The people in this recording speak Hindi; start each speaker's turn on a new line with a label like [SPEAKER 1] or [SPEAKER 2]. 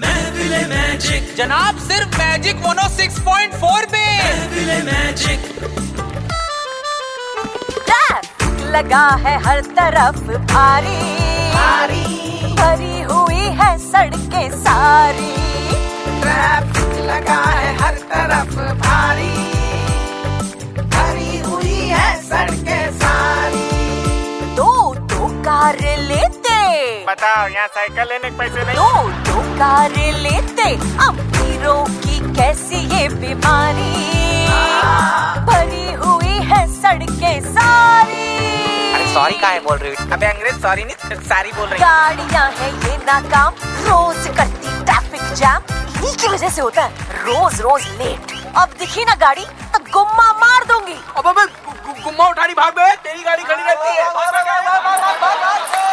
[SPEAKER 1] महफिल मैजिक
[SPEAKER 2] जनाब सिर्फ मैजिक मोनो 6.4 पे
[SPEAKER 1] महफिल मैजिक
[SPEAKER 3] टैक्स लगा है हर तरफ भारी भरी हुई है सड़कें सारी
[SPEAKER 4] ट्रैफिक लगा है हर तरफ भारी भरी हुई है सड़कें सारी
[SPEAKER 3] दो दो कार लेते
[SPEAKER 4] बताओ यहाँ साइकिल लेने के पैसे नहीं
[SPEAKER 3] दो दो कार लेते अमीरों की कैसी ये बीमारी भरी हुई है सड़कें सारी
[SPEAKER 4] अरे सॉरी का है बोल रही हो अबे अंग्रेज सॉरी नहीं सारी बोल रही
[SPEAKER 3] गाड़ियाँ है ये नाकाम रोज करती ट्रैफिक जाम इन्हीं की वजह से होता है रोज रोज लेट अब दिखी ना गाड़ी तो गुम्मा मार दूंगी
[SPEAKER 4] अब गुम्मा उठानी भाग गए तेरी गाड़ी खड़ी रहती है